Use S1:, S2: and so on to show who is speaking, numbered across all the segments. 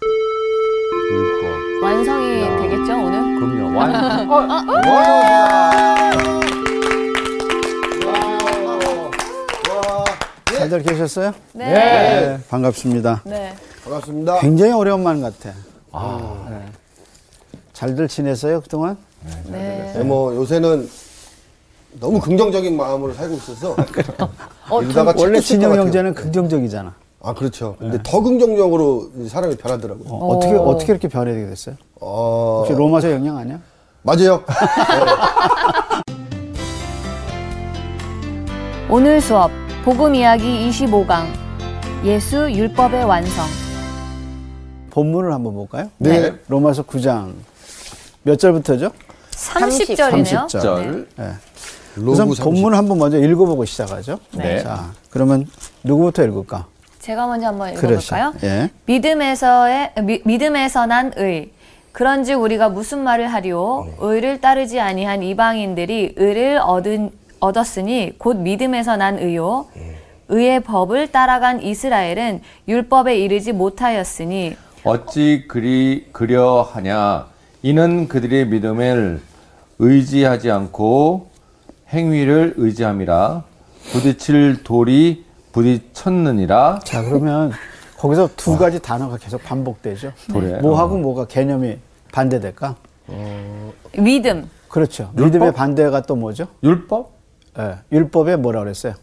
S1: 음,
S2: 네.
S1: 완성이
S2: 야.
S1: 되겠죠 오늘?
S2: 그럼요. 와인. 어, 와.
S3: 잘들 계셨어요?
S1: 네.
S3: 네, 반갑습니다.
S1: 네.
S4: 반갑습니다.
S3: 굉장히 오랜만 같아. 네. 잘들 지냈어요 그동안?
S1: 네.
S4: 네, 뭐 요새는 너무 긍정적인 마음으로 살고 있어서
S3: 아,
S1: 어,
S4: 이러다가 착했을
S3: 원래
S4: 것
S3: 진영
S4: 같아요.
S3: 형제는 긍정적이잖아.
S4: 아 그렇죠. 근데 더 긍정적으로 이제 사람이 변하더라고요.
S3: 어, 어떻게 어떻게 이렇게 변하게 됐어요?
S4: 어,
S3: 혹시 로마서 영향 아니야?
S4: 맞아요.
S1: 오늘 수업 복음 이야기 25강 예수 율법의 완성.
S3: 본문을 한번 볼까요?
S4: 네.
S3: 로마서 9장 몇 절부터죠? 30 절.
S1: 30절이네요.
S2: 절.
S3: 우선
S4: 로구 삼십.
S3: 본문을 한번 먼저 읽어보고 시작하죠.
S2: 네.
S3: 자, 그러면 누구부터 읽을까?
S1: 제가 먼저 한번
S3: 그러시죠.
S1: 읽어볼까요?
S3: 예.
S1: 믿음에서의 미- 믿음에서 난 의. 그런즉 우리가 무슨 말을
S3: 네.
S1: 하리오? 의를 따르지 아니한 이방인들이 의를 얻은 얻었으니 곧 믿음에서 난 의요.
S3: 예.
S1: 의의 법을 따라간 이스라엘은 율법에 이르지 못하였으니
S2: 어찌 그리 그려하냐? 이는 그들의 믿음을 의지하지 않고 행위를 의지함이라. 부딪힐 돌이 부딪혔느니라.
S3: 자, 그러면 거기서 두 가지 단어가 계속 반복되죠.
S2: 그래요.
S3: 뭐하고 뭐가 개념이 반대될까?
S1: 믿음.
S3: 그렇죠.
S2: 율법?
S3: 믿음의 반대가 또 뭐죠?
S2: 율법?
S3: 예, 율법에 뭐라 그랬어요?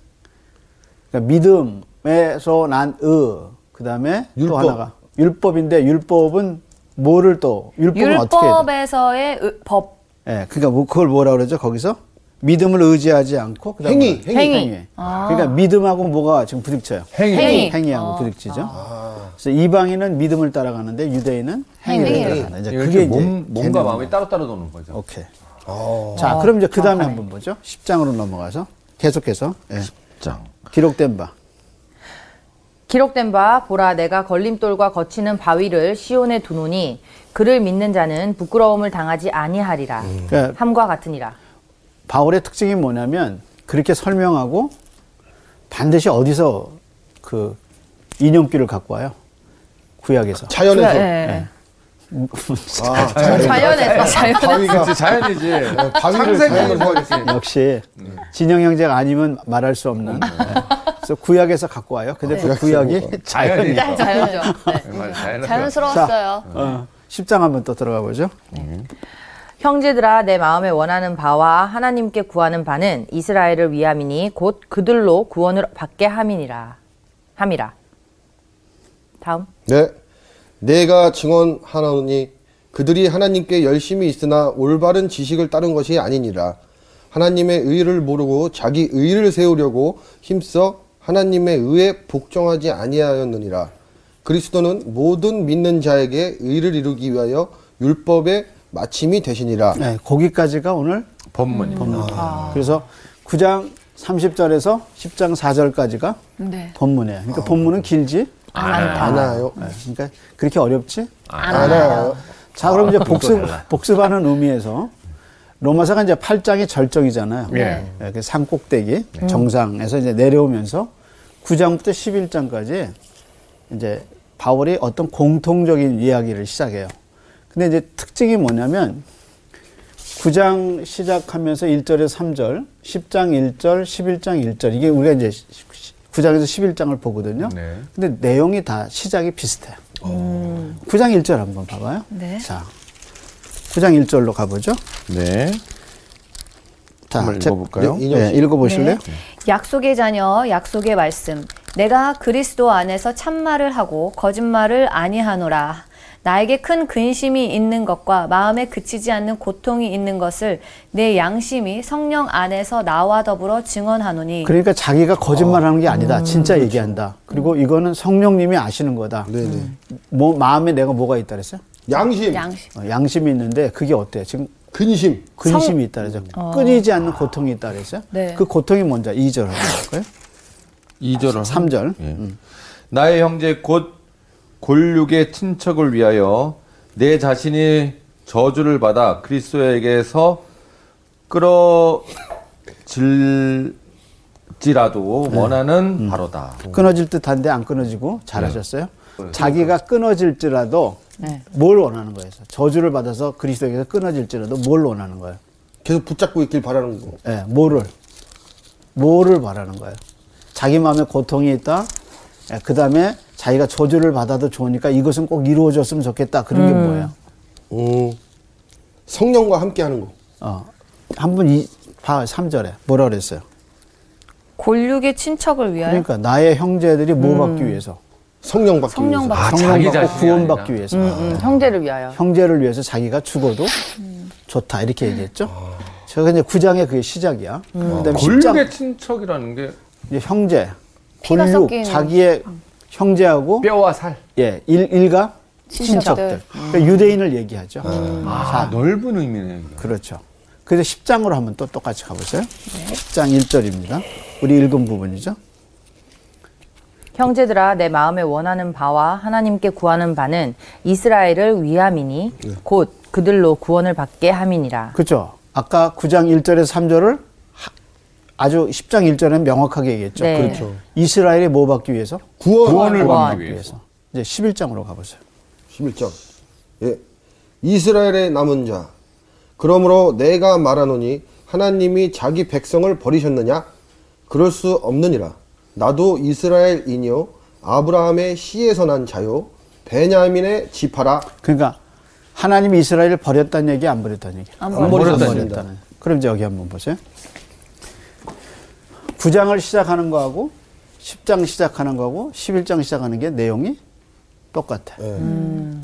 S3: 그러니까 믿음에서 난 의, 그 다음에 또
S4: 율법.
S3: 하나가 율법인데 율법은 뭐를 또 율법은 어떻게 해야 돼?
S1: 율법에서의 의- 법.
S3: 예, 그러니까 뭐 그걸 뭐라 그러죠? 거기서 믿음을 의지하지 않고 그다음에
S4: 행위,
S3: 뭐라?
S4: 행위.
S1: 행위.
S3: 그러니까 믿음하고 뭐가 지금 부딪혀요.
S2: 행위.
S1: 행위.
S3: 하고 부딪히죠. 그래서 이방인은 믿음을 따라가는데 유대인은 행위를
S1: 행위를.
S3: 따라간다. 이제
S2: 이렇게
S3: 네, 그게 이제
S2: 네, 몸, 몸과
S3: 개념이에요.
S2: 마음이 아. 따로따로 도는 거죠.
S3: 오케이.
S4: 어,
S3: 자, 그럼 이제 그 다음에 한번 보죠. 10장으로 넘어가서 계속해서 예,
S2: 장.
S3: 기록된 바.
S5: 기록된 바 보라 내가 걸림돌과 거치는 바위를 시온에 두노니 그를 믿는 자는 부끄러움을 당하지 아니하리라
S3: 그러니까
S5: 함과 같으니라
S3: 바울의 특징이 뭐냐면 그렇게 설명하고 반드시 어디서 그 인용기를 갖고 와요. 구약에서.
S4: 자연에서
S3: 네.
S5: 예.
S4: 아,
S5: 네. 자연에서 자연
S4: 바위가
S2: 그치, 자연이지.
S4: 바위를
S2: 창세기를
S4: 자연에서
S2: 보겠지.
S3: 역시 진영 형제가 아니면 말할 수 없는. 네. 그래서 구약에서 갖고 와요. 근데 그 구약이 자연이.
S2: 자연이죠.
S5: 자연이죠 네.
S2: 자연스러워.
S1: 자연스러웠어요.
S3: 어, 10장 한번 또 들어가 보죠.
S5: 형제들아 내 마음에 원하는 바와 하나님께 구하는 바는 이스라엘을 위함이니 곧 그들로 구원을 받게 함이니라 함이라 다음
S4: 네. 내가 증언하노니 그들이 하나님께 열심히 있으나 올바른 지식을 따른 것이 아니니라. 하나님의 의를 모르고 자기 의를 세우려고 힘써 하나님의 의에 복종하지 아니하였느니라. 그리스도는 모든 믿는 자에게 의를 이루기 위하여 율법의 마침이 되시니라.
S3: 네, 거기까지가 오늘 어,
S2: 법문입니다.
S3: 그래서 9장 30절에서 10장 4절까지가
S1: 네.
S3: 본문이에요. 그러니까 본문은 길지
S4: 아나요?
S3: 네, 그러니까 그렇게 어렵지?
S4: 아나요?
S3: 자, 그럼 이제 복습, 복습하는 의미에서 로마서가 이제 8장이 절정이잖아요.
S2: 예.
S3: 예, 그 산꼭대기 정상에서 이제 내려오면서 9장부터 11장까지 이제 바울이 어떤 공통적인 이야기를 시작해요. 근데 이제 특징이 뭐냐면 9장 시작하면서 1절에서 3절, 10장 1절, 11장 1절. 이게 우리가 이제 9장에서 11장을 보거든요.
S2: 네.
S3: 근데 내용이 다 시작이 비슷해요. 9장 1절 한번 봐봐요.
S1: 네.
S3: 자, 9장 1절로 가보죠.
S2: 네.
S3: 자,
S2: 한번
S3: 제-
S2: 읽어볼까요?
S3: 네, 네, 읽어보실래요?
S1: 네. 약속의 자녀, 약속의 말씀. 내가 그리스도 안에서 참말을 하고 거짓말을 아니하노라. 나에게 큰 근심이 있는 것과 마음에 그치지 않는 고통이 있는 것을 내 양심이 성령 안에서 나와 더불어 증언하노니.
S3: 그러니까 자기가 거짓말하는 게
S1: 음.
S3: 아니다. 진짜 얘기한다. 그리고 이거는 성령님이 아시는 거다.
S1: 음.
S4: 네네.
S3: 뭐 마음에 내가 뭐가 있다 그랬어요?
S4: 양심,
S1: 양심.
S3: 어, 양심이 있는데 그게 어때요? 지금
S4: 근심,
S3: 근심이 있다 그랬죠. 끊이지 않는 고통이 있다 그랬어요.
S1: 어. 네.
S3: 그 고통이 뭔지 2절 한번 볼까요?
S2: 2절을
S3: 3절.
S2: 예. 나의 형제 곧 골육의 친척을 위하여 내 자신이 저주를 받아 그리스도에게서 끌어질지라도 원하는 바로다. 네.
S3: 끊어질 듯한데 안 끊어지고 잘하셨어요. 자기가 끊어질지라도
S5: 네.
S3: 뭘 원하는 거예요? 저주를 받아서 그리스도에게서 끊어질지라도 뭘 원하는 거예요?
S4: 계속 붙잡고 있길 바라는 거.
S3: 예, 뭐를 뭐를 바라는 거예요. 자기 마음에 고통이 있다. 그 다음에 자기가 저주를 받아도 좋으니까 이것은 꼭 이루어졌으면 좋겠다. 그런 게 뭐예요?
S4: 음. 성령과 함께 하는 거.
S3: 어, 한번 봐, 3절에 뭐라 그랬어요?
S1: 골육의 친척을
S5: 네.
S1: 위하여
S3: 그러니까 나의 형제들이 뭐
S5: 음.
S3: 받기 위해서?
S4: 성령 받기
S1: 성령
S4: 위해서.
S1: 받-
S2: 아,
S3: 성령
S2: 자기
S3: 받고
S2: 자신이
S3: 구원받기
S2: 아니라.
S3: 위해서.
S5: 음, 형제를 위하여.
S3: 형제를 위해서 자기가 죽어도 좋다. 이렇게 얘기했죠. 제가 이제 9장의 그게 시작이야. 그다음에 10장.
S2: 골육의 친척이라는 게
S3: 이제 형제,
S1: 피가
S3: 골육,
S1: 섞인.
S3: 자기의 형제하고
S2: 뼈와 살.
S3: 예, 일, 일가 친척들.
S1: 친척들. 음.
S3: 그러니까 유대인을 얘기하죠.
S2: 아, 넓은 의미네요. 이게.
S3: 그렇죠. 그래서 10장으로 한번 또 똑같이 가보세요.
S1: 네.
S3: 10장 1절입니다. 우리 읽은 부분이죠.
S5: 형제들아 내 마음에 원하는 바와 하나님께 구하는 바는 이스라엘을 위함이니
S4: 네.
S5: 곧 그들로 구원을 받게 함이니라.
S3: 그렇죠. 아까 9장 1절에서 3절을 아주 10장 1절에는 명확하게 얘기했죠.
S5: 네. 그렇죠.
S3: 이스라엘이 뭐 받기 위해서?
S4: 구원.
S2: 구원을
S5: 구원.
S2: 받기 위해서.
S3: 위해서. 이제 11장으로 가보세요.
S4: 11장. 예. 이스라엘의 남은 자. 그러므로 내가 말하노니 하나님이 자기 백성을 버리셨느냐? 그럴 수 없느니라. 나도 이스라엘이니요 아브라함의 씨에서 난 자요 베냐민의 지파라.
S3: 그러니까 하나님이 이스라엘을 버렸다는 얘기 안 버렸다는 얘기.
S1: 안
S2: 버렸다는 얘기입니다.
S3: 그럼 이제 여기 한번 보세요. 9장을 시작하는 거하고 10장 시작하는 거하고 11장 시작하는 게 내용이 똑같아.
S4: 예.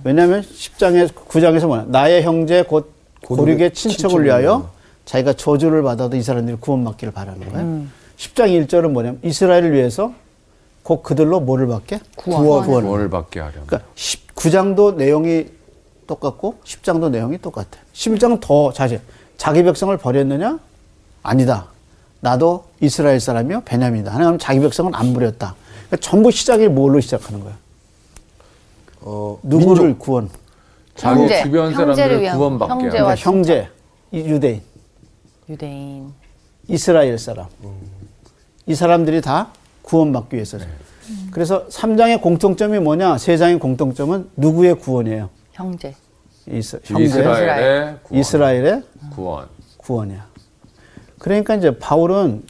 S3: 왜냐하면 10장에 9장에서 뭐야? 나의 형제 곧 고륙의 친척을 위하여 자기가 저주를 받아도 이 사람들이 구원받기를 바라는 거예요. 10장 1절은 뭐냐면 이스라엘을 위해서 곧 그들로 뭐를 받게? 구원. 구원을
S2: 구원을 받게 하려.
S3: 그러니까 19장도 내용이 똑같고 10장도 내용이 똑같아. 11장은 더 자세. 자기 백성을 버렸느냐? 아니다. 나도 이스라엘 사람이요 베냐민이다. 하나님 자기 백성은 안 버렸다. 그러니까 전부 시작이 뭘로 시작하는 거야?
S4: 어,
S3: 누구를
S4: 민족.
S3: 구원?
S2: 자기
S1: 형제,
S2: 주변
S1: 형제를
S2: 사람들을
S1: 위한
S2: 구원받게
S1: 형제와
S2: 하려.
S3: 그러니까 형제, 이 유대인,
S5: 유대인.
S3: 이스라엘 사람. 이 사람들이 다 구원받기 위해서죠. 그래서 3장의 공통점이 뭐냐? 3장의 공통점은 누구의 구원이에요?
S5: 형제.
S3: 이스, 형제,
S2: 이스라엘의 구원.
S3: 이스라엘의
S2: 구원.
S3: 구원이야. 그러니까 이제 바울은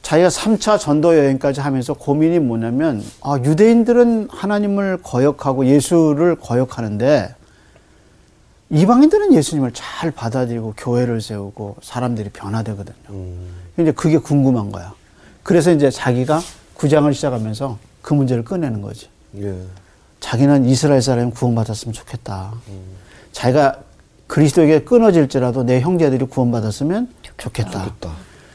S3: 자기가 3차 전도 여행까지 하면서 고민이 뭐냐면, 아, 유대인들은 하나님을 거역하고 예수를 거역하는데, 이방인들은 예수님을 잘 받아들이고 교회를 세우고 사람들이 변화되거든요. 이제 그게 궁금한 거야. 그래서 이제 자기가 구장을 시작하면서 그 문제를 꺼내는 거지.
S4: 예.
S3: 자기는 이스라엘 사람이 구원받았으면 좋겠다. 자기가 그리스도에게 끊어질지라도 내 형제들이 구원받았으면 좋겠다.
S4: 좋겠다.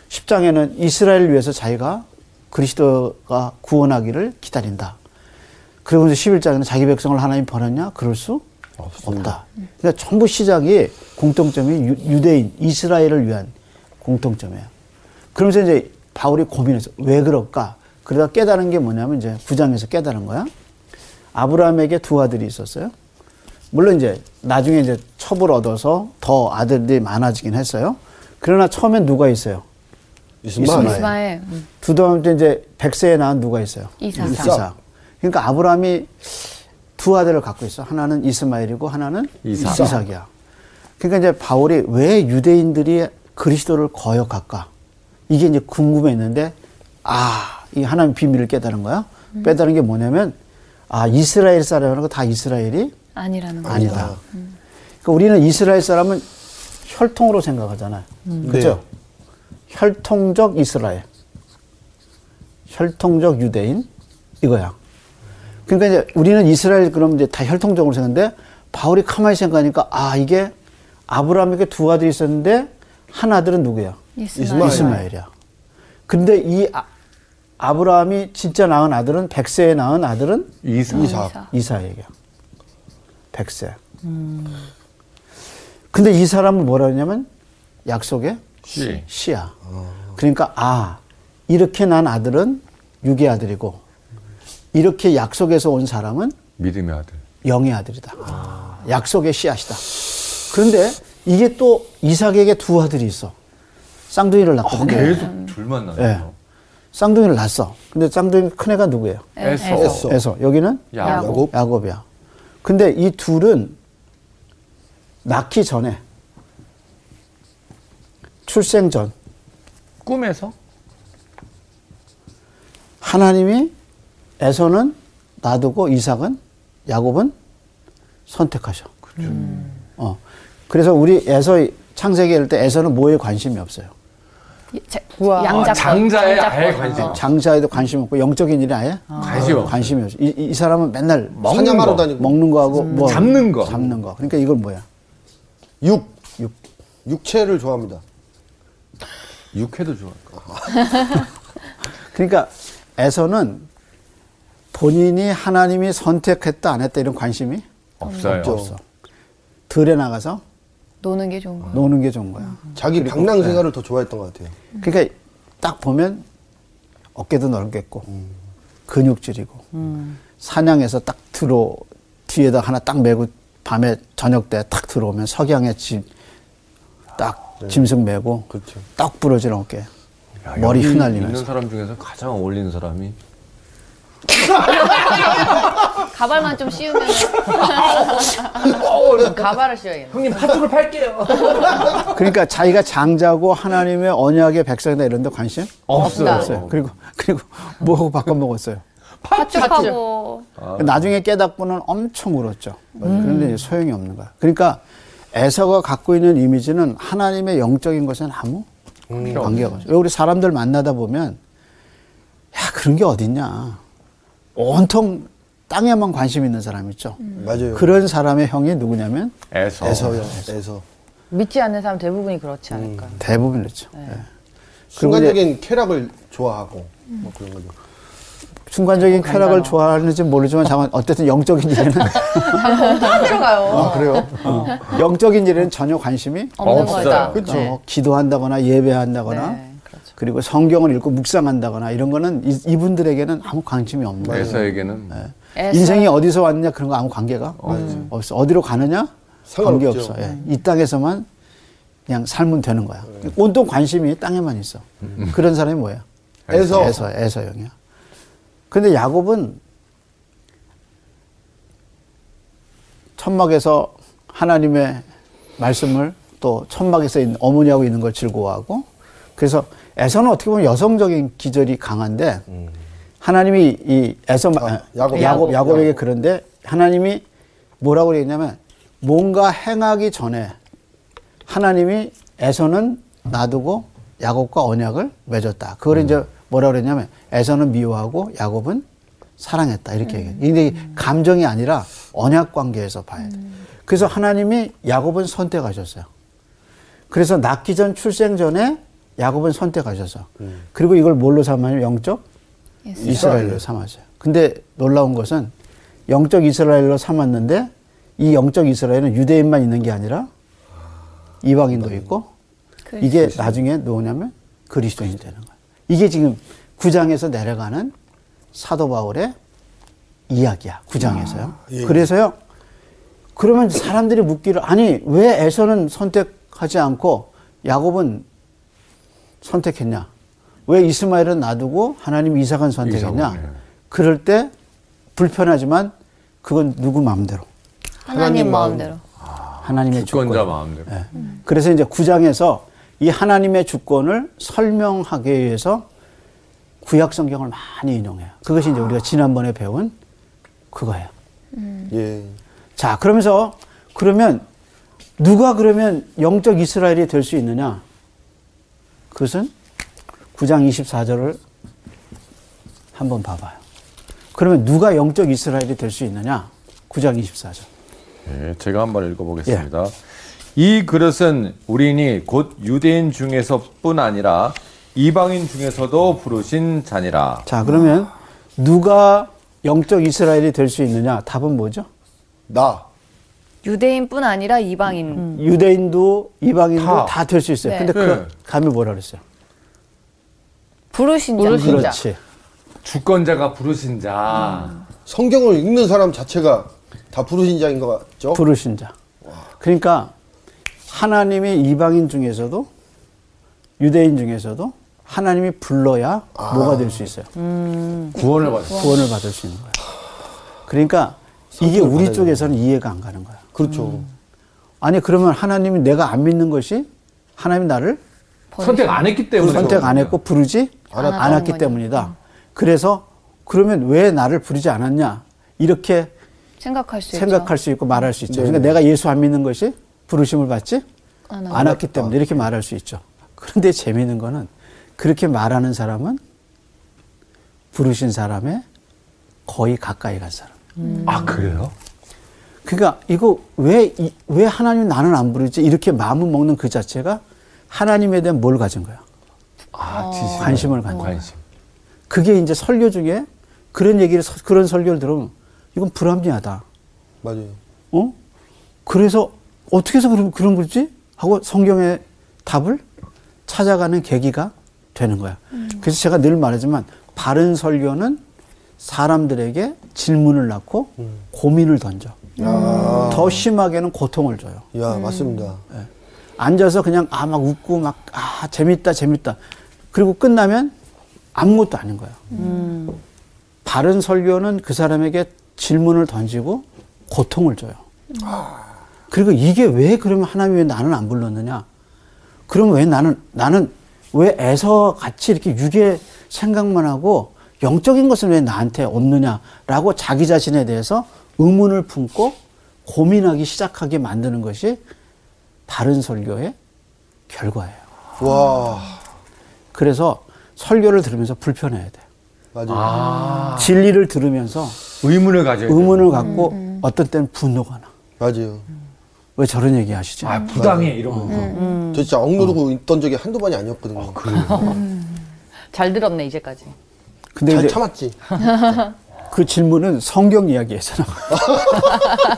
S3: 10장에는 이스라엘을 위해서 자기가 그리스도가 구원하기를 기다린다. 그리고 이제 11장에는 자기 백성을 하나님 버렸냐? 그럴 수 없다. 그러니까 전부 시작이 공통점이 유- 유대인, 이스라엘을 위한 공통점이에요. 그러면서 이제 바울이 고민해서 왜 그럴까? 그러다 깨달은 게 뭐냐면 이제 9장에서 깨달은 거야. 아브라함에게 두 아들이 있었어요. 물론 이제 나중에 이제 첩을 얻어서 더 아들들이 많아지긴 했어요. 그러나 처음엔 누가 있어요?
S4: 이스마엘.
S3: 이스마엘.
S1: 이스마엘 음.
S3: 두 번째 이제 백세에 낳은 누가 있어요?
S1: 이삭.
S3: 이삭. 그러니까 아브라함이 두 아들을 갖고 있어. 하나는 이스마엘이고 하나는
S2: 이삭.
S3: 이야 그러니까 이제 바울이 왜 유대인들이 그리스도를 거역할까? 이게 이제 궁금했는데 아, 이 하나님의 비밀을 깨달은 거야.
S1: 음.
S3: 깨달은 게 뭐냐면 아, 이스라엘 사람이라고 다 이스라엘이
S1: 아니라는 거.
S3: 아니다. 그러니까 우리는 이스라엘 사람은 혈통으로 생각하잖아요.
S1: 음.
S3: 그죠? 혈통적 이스라엘. 혈통적 유대인. 이거야. 그러니까 이제 우리는 이스라엘 그럼 이제 다 혈통적으로 생각하는데 바울이 가만히 생각하니까 아, 이게 아브라함에게 두 아들이 있었는데 한 아들은 누구야?
S1: 이스마엘.
S3: 이스마엘이야. 근데 이 아, 아브라함이 진짜 낳은 아들은 백세에 낳은 아들은
S2: 이사.
S1: 이삭.
S3: 이사에게요. 백세. 근데 이 사람은 뭐라 했냐면 약속의
S2: 씨.
S3: 씨야. 그러니까 아 이렇게 난 아들은 육의 아들이고 이렇게 약속에서 온 사람은
S2: 믿음의 아들.
S3: 영의 아들이다. 약속의 씨앗이다. 그런데 이게 또 이삭에게 두 아들이 있어. 쌍둥이를
S2: 어,
S3: 낳거든요.
S2: 계속 둘만
S3: 예.
S2: 나네요.
S3: 쌍둥이를 낳았어. 근데 쌍둥이 큰 애가 누구예요?
S2: 에서.
S4: 에서.
S3: 에서 여기는
S4: 야곱.
S2: 야곱.
S3: 야곱이야. 근데 이 둘은 낳기 전에 출생 전
S2: 꿈에서
S3: 하나님이 에서는 놔두고 이삭은 야곱은 선택하셔. 그렇죠. 어. 그래서 우리 에서 창세기 읽을 때 에서는 뭐에 관심이 없어요.
S2: 아, 장자에 아예
S3: 어.
S2: 관심
S3: 장사에도 관심 없고 영적인 일에 아예
S2: 관심 어. 없어요.
S3: 관심이 없어. 이, 이 사람은 맨날
S2: 먹는
S4: 사냥하러
S2: 거.
S4: 다니고
S3: 먹는 거하고 뭐
S2: 잡는 거.
S3: 잡는 거. 그러니까 이걸 뭐야?
S4: 육, 육 육체를 좋아합니다.
S2: 육회도 좋아할 거.
S3: 그러니까 에서는 본인이 하나님이 선택했다 안 했다 이런 관심이
S2: 없어요.
S3: 없어. 들에 나가서
S1: 노는 게 좋은 거.
S3: 노는 게 좋은 거야.
S4: 자기 방랑 생활을 더 좋아했던 것 같아요.
S3: 그러니까 딱 보면 어깨도 넓겠고
S2: 음.
S3: 근육질이고 사냥에서 딱 들어 뒤에다 하나 딱 메고 밤에 저녁 때 탁 들어오면 석양의 집딱 짐승 메고
S4: 그렇죠.
S3: 딱 부러지는 어깨
S2: 아, 네. 야,
S3: 머리
S2: 여기
S3: 휘날리면서
S2: 있는 사람 중에서 가장 어울리는 사람이
S1: 가발만 좀 씌우면
S5: 가발을 씌워야겠네.
S2: 형님 팥죽을 팔게요.
S3: 그러니까 자기가 장자고 하나님의 언약의 백성이다 이런 데 관심
S2: 없어요.
S3: 없어요 그리고 그리고 뭐하고 바꿔 먹었어요
S1: 파죽하고
S3: 그러니까 나중에 깨닫고는 엄청 울었죠. 그런데 이제 소용이 없는 거야. 그러니까 에서가 갖고 있는 이미지는 하나님의 영적인 것은 아무 관계가 없어요. 왜 우리 사람들 만나다 보면 야 그런 게 어딨냐. 온통 땅에만 관심 있는 사람 있죠.
S4: 음. 맞아요.
S3: 그런 사람의 형이 누구냐면
S2: 애서.
S4: 애서요. 애서.
S5: 믿지 않는 사람 대부분이 그렇지 않을까.
S3: 대부분 그렇죠.
S4: 네.
S3: 예. 그리고 이제
S4: 순간적인 쾌락을 좋아하고 뭐 그런 거죠.
S3: 순간적인 쾌락을
S5: 간단하다.
S3: 좋아하는지 모르지만 잠깐 어쨌든 영적인 일에는
S2: 음.
S5: 안 들어가요.
S4: 아, 그래요? 아,
S3: 영적인 일에는 전혀 관심이
S1: 없는
S2: 없어요.
S1: 거다.
S3: 그렇죠. 기도한다거나 예배한다거나
S5: 네, 그렇죠.
S3: 그리고 성경을 읽고 묵상한다거나 이런 거는 이, 분들에게는 아무 관심이
S4: 네,
S3: 없는 거예요.
S2: 애서에게는
S3: 네.
S2: 네.
S1: 애써-
S3: 인생이 어디서 왔느냐 그런 거 아무 관계가
S5: 음.
S3: 없어. 어디로 가느냐 관계
S4: 상관없죠.
S3: 없어. 예. 이 땅에서만 그냥 살면 되는 거야.
S4: 네.
S3: 온통 관심이 땅에만 있어.
S4: 음.
S3: 그런 사람이 뭐야?
S4: 애서.
S3: 애서 애서형이야. 근데 야곱은 천막에서 하나님의 말씀을 또 천막에서 있는 어머니하고 있는 걸 즐거워하고 그래서 에서는 어떻게 보면 여성적인 기절이 강한데 하나님이 이 에서 마-
S4: 아, 야곱.
S3: 야곱
S4: 야곱.
S3: 야곱에게 그런데 하나님이 뭐라고 그랬냐면 뭔가 행하기 전에 하나님이 에서는 놔두고 야곱과 언약을 맺었다. 그걸 이제 뭐라고 그랬냐면 에서는 미워하고 야곱은 사랑했다 이렇게 얘기해요. 근데 이 감정이 아니라 언약 관계에서 봐야 돼. 그래서 하나님이 야곱은 선택하셨어요. 그래서 낳기 전 출생 전에 야곱은 선택하셔서 그리고 이걸 뭘로 삼아요? 영적 음. 이스라엘로 삼았어요. 근데 놀라운 것은 영적 이스라엘로 삼았는데 이 영적 이스라엘은 유대인만 있는 게 아니라 이방인도 있고 이게 나중에 누구냐면 그리스도인이 되는 거예요. 이게 지금 구장에서 내려가는 사도 바울의 이야기야. 구장에서요. 그래서요. 그러면 사람들이 묻기를 아니 왜 에서는 선택하지 않고 야곱은 선택했냐? 왜 이스마엘은 놔두고 하나님 이삭은 선택했냐?
S2: 이삭은, 네.
S3: 그럴 때 불편하지만 그건 누구 마음대로
S1: 하나님 마음대로.
S3: 하나님의 주권.
S2: 아, 주권자 마음대로.
S3: 예. 그래서 이제 구장에서 이 하나님의 주권을 설명하기 위해서 구약 성경을 많이 인용해요. 그것이 이제 우리가 지난번에 배운 그거예요.
S4: 예.
S3: 자, 그러면서 그러면 누가 그러면 영적 이스라엘이 될 수 있느냐? 그것은 9장 24절을 한번 봐봐요. 그러면 누가 영적 이스라엘이 될 수 있느냐? 9장 24절.
S2: 예, 제가 한번
S3: 예.
S2: 읽어보겠습니다. 이 그릇은 우리니 곧 유대인 중에서뿐 아니라 이방인 중에서도 부르신 자니라.
S3: 자, 그러면 누가 영적 이스라엘이 될 수 있느냐? 답은 뭐죠?
S4: 나.
S1: 유대인뿐 아니라 이방인.
S3: 음. 유대인도 이방인도
S2: 다.
S3: 다 될 수 있어요.
S1: 네.
S3: 근데 그
S2: 네.
S3: 감히 뭐라 그랬어요?
S1: 부르신 자.
S5: 부르신 자.
S3: 그렇지.
S2: 주권자가 부르신 자.
S4: 성경을 읽는 사람 자체가 다 부르신 자인 것 같죠?
S3: 부르신 자. 그러니까 하나님이 이방인 중에서도 유대인 중에서도 하나님이 불러야 뭐가 될 수 있어요.
S2: 구원을 받으신
S3: 구원을 받을 수 있는 거예요. 그러니까 이게
S4: 상처를
S3: 우리
S4: 받아야
S3: 쪽에서는 이해가 안 가는 거야.
S4: 그렇죠.
S3: 아니 그러면 하나님이 내가 안 믿는 것이 하나님이 나를
S2: 선택 안 했기
S4: 네, 그렇죠.
S2: 때문에
S3: 선택 안 했고 부르지
S1: 안
S3: 않았-
S1: 왔다는
S3: 않았기
S1: 거니까.
S3: 때문이다. 그래서 그러면 왜 나를 부르지 않았냐 이렇게
S1: 생각할 수
S3: 생각할 수 있고 말할 수 있죠. 그러니까 내가 예수 안 믿는 것이 부르심을 받지
S1: 안
S3: 않았기
S1: 왔다.
S3: 때문에 이렇게 말할 수 있죠. 그런데 재미있는 거는 그렇게 말하는 사람은 부르신 사람의 거의 가까이 간 사람.
S2: 아 그래요?
S3: 그러니까 이거 왜, 이- 왜 하나님 나는 안 부르지? 이렇게 마음을 먹는 그 자체가 하나님에 대한 뭘 가진 거야?
S2: 아 지식.
S3: 관심을 갖는 거야.
S2: 관심.
S3: 그게 이제 설교 중에 그런 얘기를, 서- 그런 설교를 들으면 이건 불합리하다.
S4: 맞아요.
S3: 어? 그래서 어떻게 해서 그런, 그런 거지? 하고 성경의 답을 찾아가는 계기가 되는 거야. 그래서 제가 늘 말하지만 바른 설교는 사람들에게 질문을 낳고 고민을 던져.
S4: 야,
S3: 더 심하게는 고통을 줘요.
S4: 야 맞습니다.
S3: 네. 앉아서 그냥 아 막 웃고 막 아 재밌다 재밌다 그리고 끝나면 아무것도 아닌 거야. 바른 설교는 그 사람에게 질문을 던지고 고통을 줘요. 그리고 이게 왜 그러면 하나님이 왜 나는 안 불렀느냐? 그러면 왜 나는 나는 왜 애서 같이 이렇게 육의 생각만 하고 영적인 것은 왜 나한테 없느냐라고 자기 자신에 대해서 의문을 품고 고민하기 시작하게 만드는 것이 바른 설교의 결과예요.
S4: 와
S3: 그래서 설교를 들으면서 불편해야 돼.
S4: 맞아요.
S3: 진리를 들으면서
S2: 의문을 가져요.
S3: 의문을 갖고 어떤 때는 분노가 나.
S4: 맞아요.
S3: 왜 저런 얘기 하시지?
S2: 아 부당해 이런 거.
S3: 음.
S4: 저 진짜
S3: 어.
S4: 억누르고 있던 적이 한두 번이 아니었거든요.
S5: 잘 들었네 이제까지.
S3: 근데
S4: 잘
S3: 이제
S4: 참았지.
S3: 그 질문은 성경 이야기에서 나와요.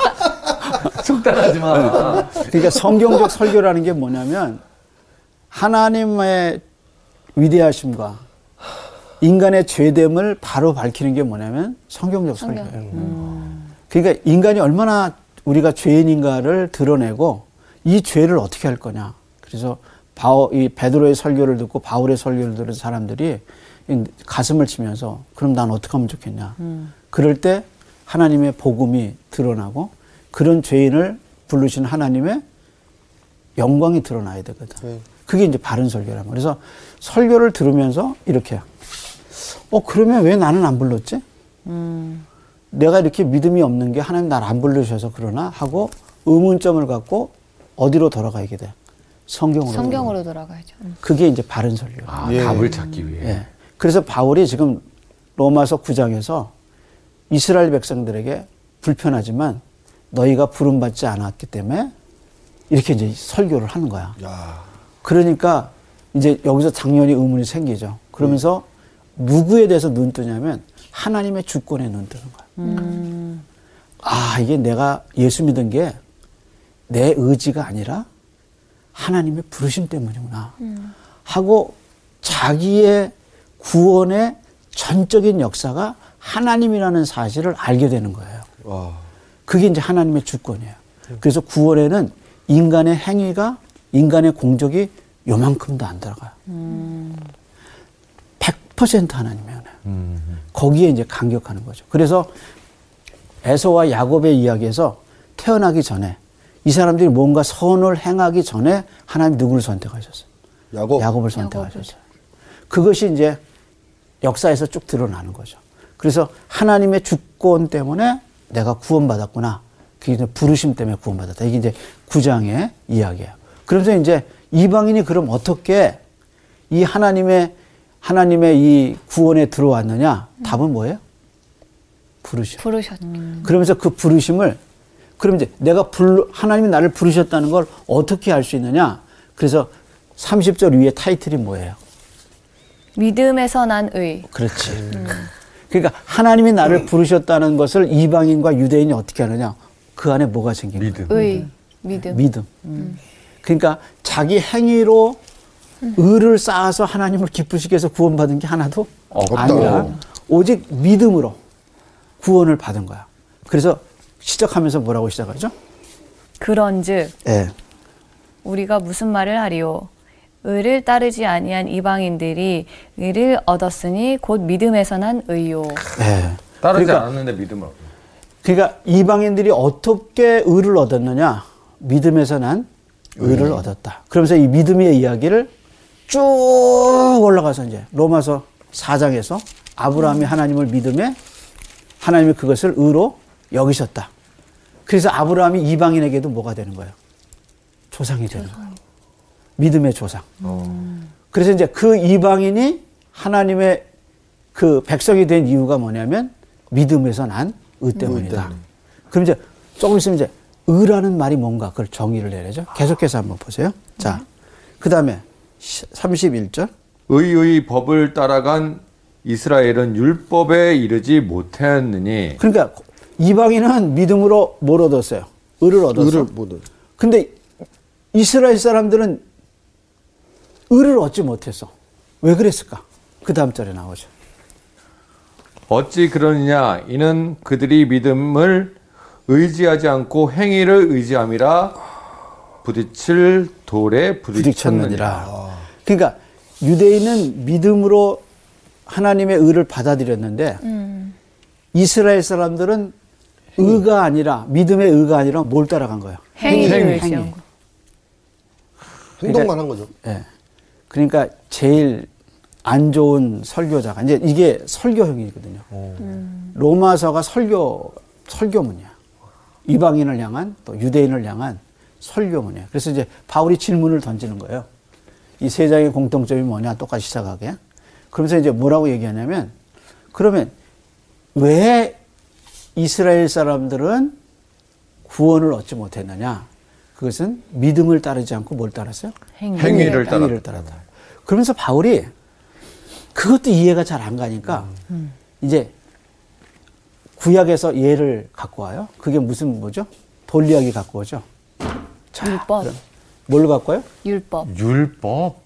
S2: 어. 속단하지 마.
S3: 그러니까 성경적 설교라는 게 뭐냐면 하나님의 위대하심과 인간의 죄됨을 바로 밝히는 게 뭐냐면 성경적 음. 설교예요. 그러니까 인간이 얼마나 우리가 죄인인가를 드러내고 이 죄를 어떻게 할 거냐. 그래서 바오, 이 베드로의 설교를 듣고 바울의 설교를 들은 사람들이 이 가슴을 치면서 그럼 난 어떻게 하면 좋겠냐. 그럴 때 하나님의 복음이 드러나고 그런 죄인을 부르신 하나님의 영광이 드러나야 되거든.
S4: 네.
S3: 그게 이제 바른 설교라는 거. 그래서 설교를 들으면서 이렇게 어 그러면 왜 나는 안 불렀지? 내가 이렇게 믿음이 없는 게 하나님 나를 안 부르셔서 그러나 하고 의문점을 갖고 어디로 돌아가게 돼? 성경으로.
S1: 성경으로 돌아가야죠.
S3: 돌아가. 그게 이제 바른 설교.
S2: 아
S4: 예.
S2: 답을 찾기 위해.
S3: 예. 그래서 바울이 지금 로마서 9장에서 이스라엘 백성들에게 불편하지만 너희가 부름받지 않았기 때문에 이렇게 이제 설교를 하는 거야.
S4: 야,
S3: 그러니까 이제 여기서 당연히 의문이 생기죠. 그러면서 누구에 대해서 눈 뜨냐면 하나님의 주권에 눈 뜨는 거야. 아, 이게 내가 예수 믿은 게 내 의지가 아니라 하나님의 부르심 때문이구나. 하고 자기의 구원의 전적인 역사가 하나님이라는 사실을 알게 되는 거예요.
S4: 와,
S3: 그게 이제 하나님의 주권이에요. 그래서 구원에는 인간의 행위가 인간의 공적이 요만큼도 안 들어가요. 100% 하나님의 은혜. 거기에 이제 감격하는 거죠. 그래서 에서와 야곱의 이야기에서 태어나기 전에 이 사람들이 뭔가 선을 행하기 전에 하나님 누구를 선택하셨어요?
S4: 야곱.
S3: 야곱을 선택하셨어요. 그것이 이제 역사에서 쭉 드러나는 거죠. 그래서 하나님의 주권 때문에 내가 구원받았구나. 그게 이제 부르심 때문에 구원받았다. 이게 이제 구장의 이야기예요. 그러면서 이제 이방인이 그럼 어떻게 이 하나님의 하나님의 이 구원에 들어왔느냐? 답은 뭐예요? 부르심.
S1: 부르셨죠.
S3: 그러면서 그 부르심을 그럼 이제 내가 불 하나님이 나를 부르셨다는 걸 어떻게 알 수 있느냐? 그래서 30절 위에 타이틀이 뭐예요?
S1: 믿음에서 난 의.
S3: 그렇지. 그러니까 하나님이 나를 부르셨다는 것을 이방인과 유대인이 어떻게 하느냐? 그 안에 뭐가 생긴 거예요?
S2: 믿음.
S1: 의. 믿음.
S3: 믿음. 그러니까 자기 행위로 의를 쌓아서 하나님을 기쁘시게 해서 구원받은 게 하나도
S2: 없다고.
S3: 아니라 오직 믿음으로 구원을 받은 거야. 그래서 시작하면서 뭐라고 시작하죠?
S1: 그런즉
S3: 예.
S1: 우리가 무슨 말을 하리요? 의를 따르지 아니한 이방인들이 의를 얻었으니 곧 믿음에서 난 의요.
S3: 예.
S2: 따르지
S3: 그러니까
S2: 않았는데 믿음을. 얻고.
S3: 그러니까 이방인들이 어떻게 의를 얻었느냐? 믿음에서 난 의를 얻었다. 그러면서 이 믿음의 이야기를 쭉 올라가서 이제 로마서 4장에서 아브라함이 하나님을 믿음에 하나님이 그것을 의로 여기셨다. 그래서 아브라함이 이방인에게도 뭐가 되는 거예요? 조상이 되는 거예요. 믿음의 조상. 그래서 이제 그 이방인이 하나님의 그 백성이 된 이유가 뭐냐면 믿음에서 난 의 때문이다. 그럼 이제 조금 있으면 이제 의라는 말이 뭔가 그걸 정의를 내려죠. 계속해서 한번 보세요. 자, 그 다음에 31절.
S2: 의의 법을 따라간 이스라엘은 율법에 이르지 못하였느니
S3: 그러니까 이방인은 믿음으로 뭘 얻었어요? 의를 얻었어요.
S4: 의를 못 얻-
S3: 근데 이스라엘 사람들은 의를 얻지 못했어. 왜 그랬을까? 그 다음 절에 나오죠.
S2: 어찌 그러느냐 이는 그들이 믿음을 의지하지 않고 행위를 의지함이라 부딪힐 돌에 부딪혔느니라
S3: 부딪혔느니라. 그러니까 유대인은 믿음으로 하나님의 의를 받아들였는데 이스라엘 사람들은 의가 아니라 믿음의 의가 아니라 뭘 따라간 거예요?
S1: 행위를
S3: 행위.
S1: 의지한 거.
S4: 행동만 한 거죠.
S3: 예. 그러니까 제일 안 좋은 설교자가 이제 이게 설교형이거든요.
S5: 음.
S3: 로마서가 설교 설교문이야. 이방인을 향한 또 유대인을 향한 설교문이야. 그래서 이제 바울이 질문을 던지는 거예요. 이 세 장의 공통점이 뭐냐 똑같이 시작하게. 그러면서 이제 뭐라고 얘기하냐면 그러면 왜 이스라엘 사람들은 구원을 얻지 못했느냐? 그것은 믿음을 따르지 않고 뭘 따랐어요?
S5: 행위.
S2: 행위를 네, 따라-
S3: 따랐다. 그러면서 바울이 그것도 이해가 잘 안 가니까 음. 이제 구약에서 예를 갖고 와요. 그게 무슨 뭐죠? 돌리학이 갖고 오죠.
S1: 율법.
S3: 뭘로 갖고 와요?
S1: 율법.
S2: 율법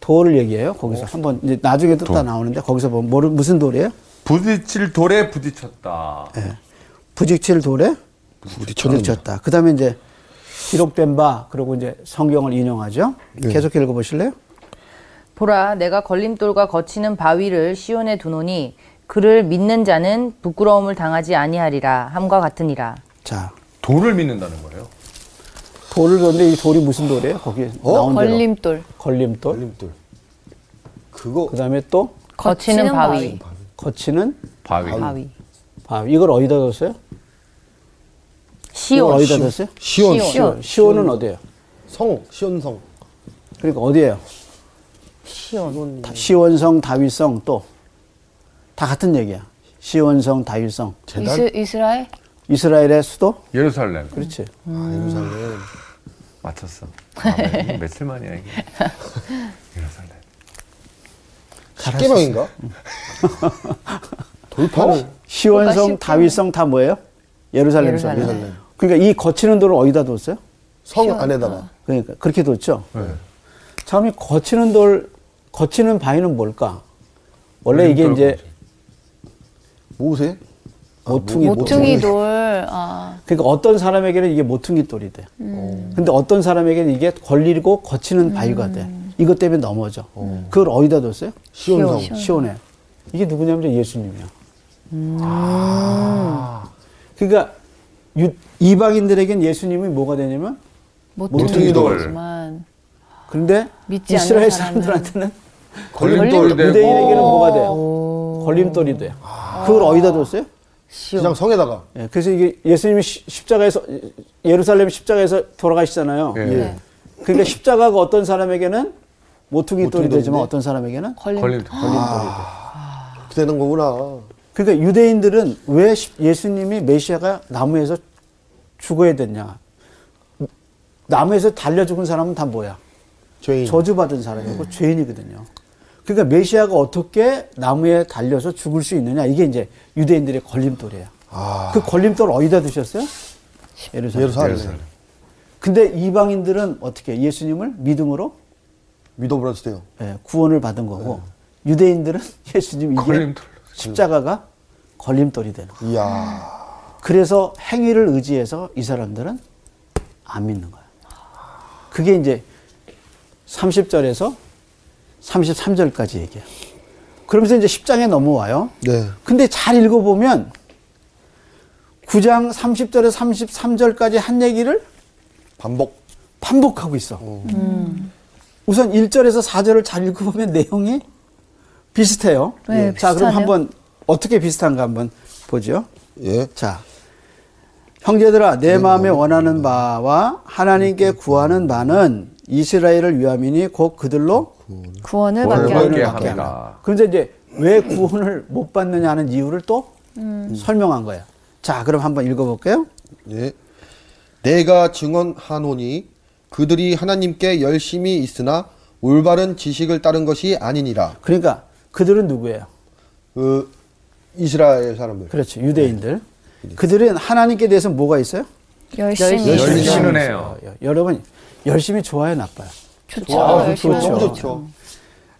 S3: 돌을 얘기해요. 거기서 한번 이제 나중에 또 다 나오는데 거기서 보면 뭐를- 무슨 돌이에요?
S2: 부딪힐 돌에 부딪혔다
S3: 부직칠 돌에
S4: 부딪혔는데.
S3: 부딪혔다. 그 다음에 이제 기록된 바, 그리고 이제 성경을 인용하죠. 계속 읽어보실래요?
S5: 보라, 내가 걸림돌과 거치는 바위를 시온에 두노니 그를 믿는 자는 부끄러움을 당하지 아니하리라 함과 같으니라.
S3: 자,
S2: 돌을 믿는다는 거예요
S3: 돌을 그런데 이 돌이 무슨 돌이에요? 거기 나온 대로.
S1: 걸림돌.
S3: 걸림돌.
S4: 걸림돌. 그거
S3: 그 다음에 또
S5: 거치는,
S1: 거치는
S5: 바위.
S3: 거치는
S2: 바위
S5: 바위.
S3: 바위. 이걸 어디다 뒀어요? 이걸
S5: 시온.
S3: 어디다 뒀어요?
S4: 시온,
S5: 시온.
S3: 시온. 시온은 어디예요?
S4: 성 시온성
S3: 그러니까 어디예요?
S5: 시온.
S3: 다- 시원성, 다윗성 또 다 같은 얘기야. 시원성, 다윗성.
S4: 재단
S1: 이스, 이스라엘?
S3: 이스라엘의 수도?
S2: 예루살렘
S3: 그렇지.
S4: 아, 예루살렘
S2: 맞췄어 아, 네. 며칠 만이야 이게 예루살렘
S4: 십계명인가? 돌파를
S3: 음. 시원성,
S1: 그러니까
S3: 다윗성 다 뭐예요? 예루살렘 성.
S5: 예루살렘.
S3: 그러니까 이 거치는 돌을 어디다 뒀어요?
S4: 성 안에다가
S3: 그러니까 그렇게 뒀죠.
S2: 네.
S3: 참 이 거치는 돌, 거치는 바위는 뭘까? 원래 이게
S2: 돌
S3: 이제
S4: 모세
S3: 모퉁이,
S1: 모퉁이 돌. 아,
S3: 그러니까 어떤 사람에게는 이게 모퉁이 돌이 돼. 근데 어떤 사람에게는 이게 걸리고 거치는 바위가 돼. 이것 때문에 넘어져. 그걸 어디다 뒀어요?
S4: 시온성
S3: 시온에. 이게 누구냐면 이제 예수님이야.
S4: 아.
S3: 그러니까 유- 이방인들에겐 예수님이 뭐가 되냐면
S1: 모퉁이
S2: 모퉁이 돌.
S1: 돌지만
S3: 그런데
S1: 믿지 않는
S3: 이스라엘
S1: 사람은
S3: 사람들한테는
S2: 걸림돌
S3: 유대인에게는
S2: 되고
S3: 뭐가 돼? 걸림돌이 돼. 그걸 어디다 뒀어요?
S4: 그냥 성에다가
S3: 예, 그래서 이게 예수님이 시- 십자가에서 예루살렘 십자가에서 돌아가시잖아요.
S2: 예. 네.
S3: 그러니까 십자가가 어떤 사람에게는 모퉁이 돌이
S4: 모퉁이
S3: 되지만
S4: 돌인데?
S3: 어떤 사람에게는
S1: 걸림돌.
S2: 걸림돌
S4: 그렇게 되는 거구나.
S3: 그러니까 유대인들은 왜 십- 예수님이 메시아가 나무에서 죽어야 됐냐? 나무에서 달려 죽은 사람은 다 뭐야? 음.
S4: 죄인
S3: 저주받은 사람이고 죄인이거든요. 그러니까 메시아가 어떻게 나무에 달려서 죽을 수 있느냐? 이게 이제 유대인들의 걸림돌이에요.
S4: 아.
S3: 그 걸림돌 어디다 두셨어요? 예루살렘.
S4: 예루살렘
S3: 근데 이방인들은 어떻게 예수님을 믿음으로
S4: 믿어버렸어요.
S3: 예, 구원을 받은 거고 유대인들은 예수님 이게
S2: 걸림돌로.
S3: 십자가가 걸림돌이 되는 거예요.
S4: 이야
S3: 그래서 행위를 의지해서 이 사람들은 안 믿는 거예요. 그게 이제 30절에서 33절까지 얘기해요. 그러면서 이제 10장에 넘어와요.
S4: 네
S3: 근데 잘 읽어보면 9장 30절에서 33절까지 한 얘기를
S4: 반복.
S3: 반복하고 있어. 우선 1절에서 4절을 잘 읽어보면 내용이 비슷해요.
S1: 네,
S3: 예. 자,
S1: 비슷하네요.
S3: 그럼 한번 어떻게 비슷한가 한번 보죠.
S4: 예.
S3: 자, 형제들아,
S2: 네,
S3: 내 마음에 원하는 바와 하나님께 구하는 바는 이스라엘을 위함이니 곧 그들로
S1: 구원을
S2: 구원을
S1: 받게 하라.
S2: 받게
S3: 받게
S2: 합니다.
S3: 하라. 그런데 이제 왜 구원을 못 받느냐 하는 이유를 또
S1: 음.
S3: 설명한 거예요. 자, 그럼 한번 읽어볼게요.
S4: 예. 내가 증언하노니 그들이 하나님께 열심히 있으나 올바른 지식을 따른 것이 아니니라.
S3: 그러니까 그들은 누구예요?
S4: 그 이스라엘 사람들.
S3: 그렇죠. 유대인들.
S2: 네.
S3: 그들은 하나님께 대해서 뭐가 있어요?
S1: 열심히.
S2: 열심히.
S1: 열심히.
S2: 열심히는 해요.
S3: 있어요. 예, 여러분, 열심히 좋아요, 나빠요?
S1: 좋죠.
S3: 아,
S1: 열심히.
S3: 그렇죠.
S4: 너무
S1: 하는 거.
S4: 좋죠.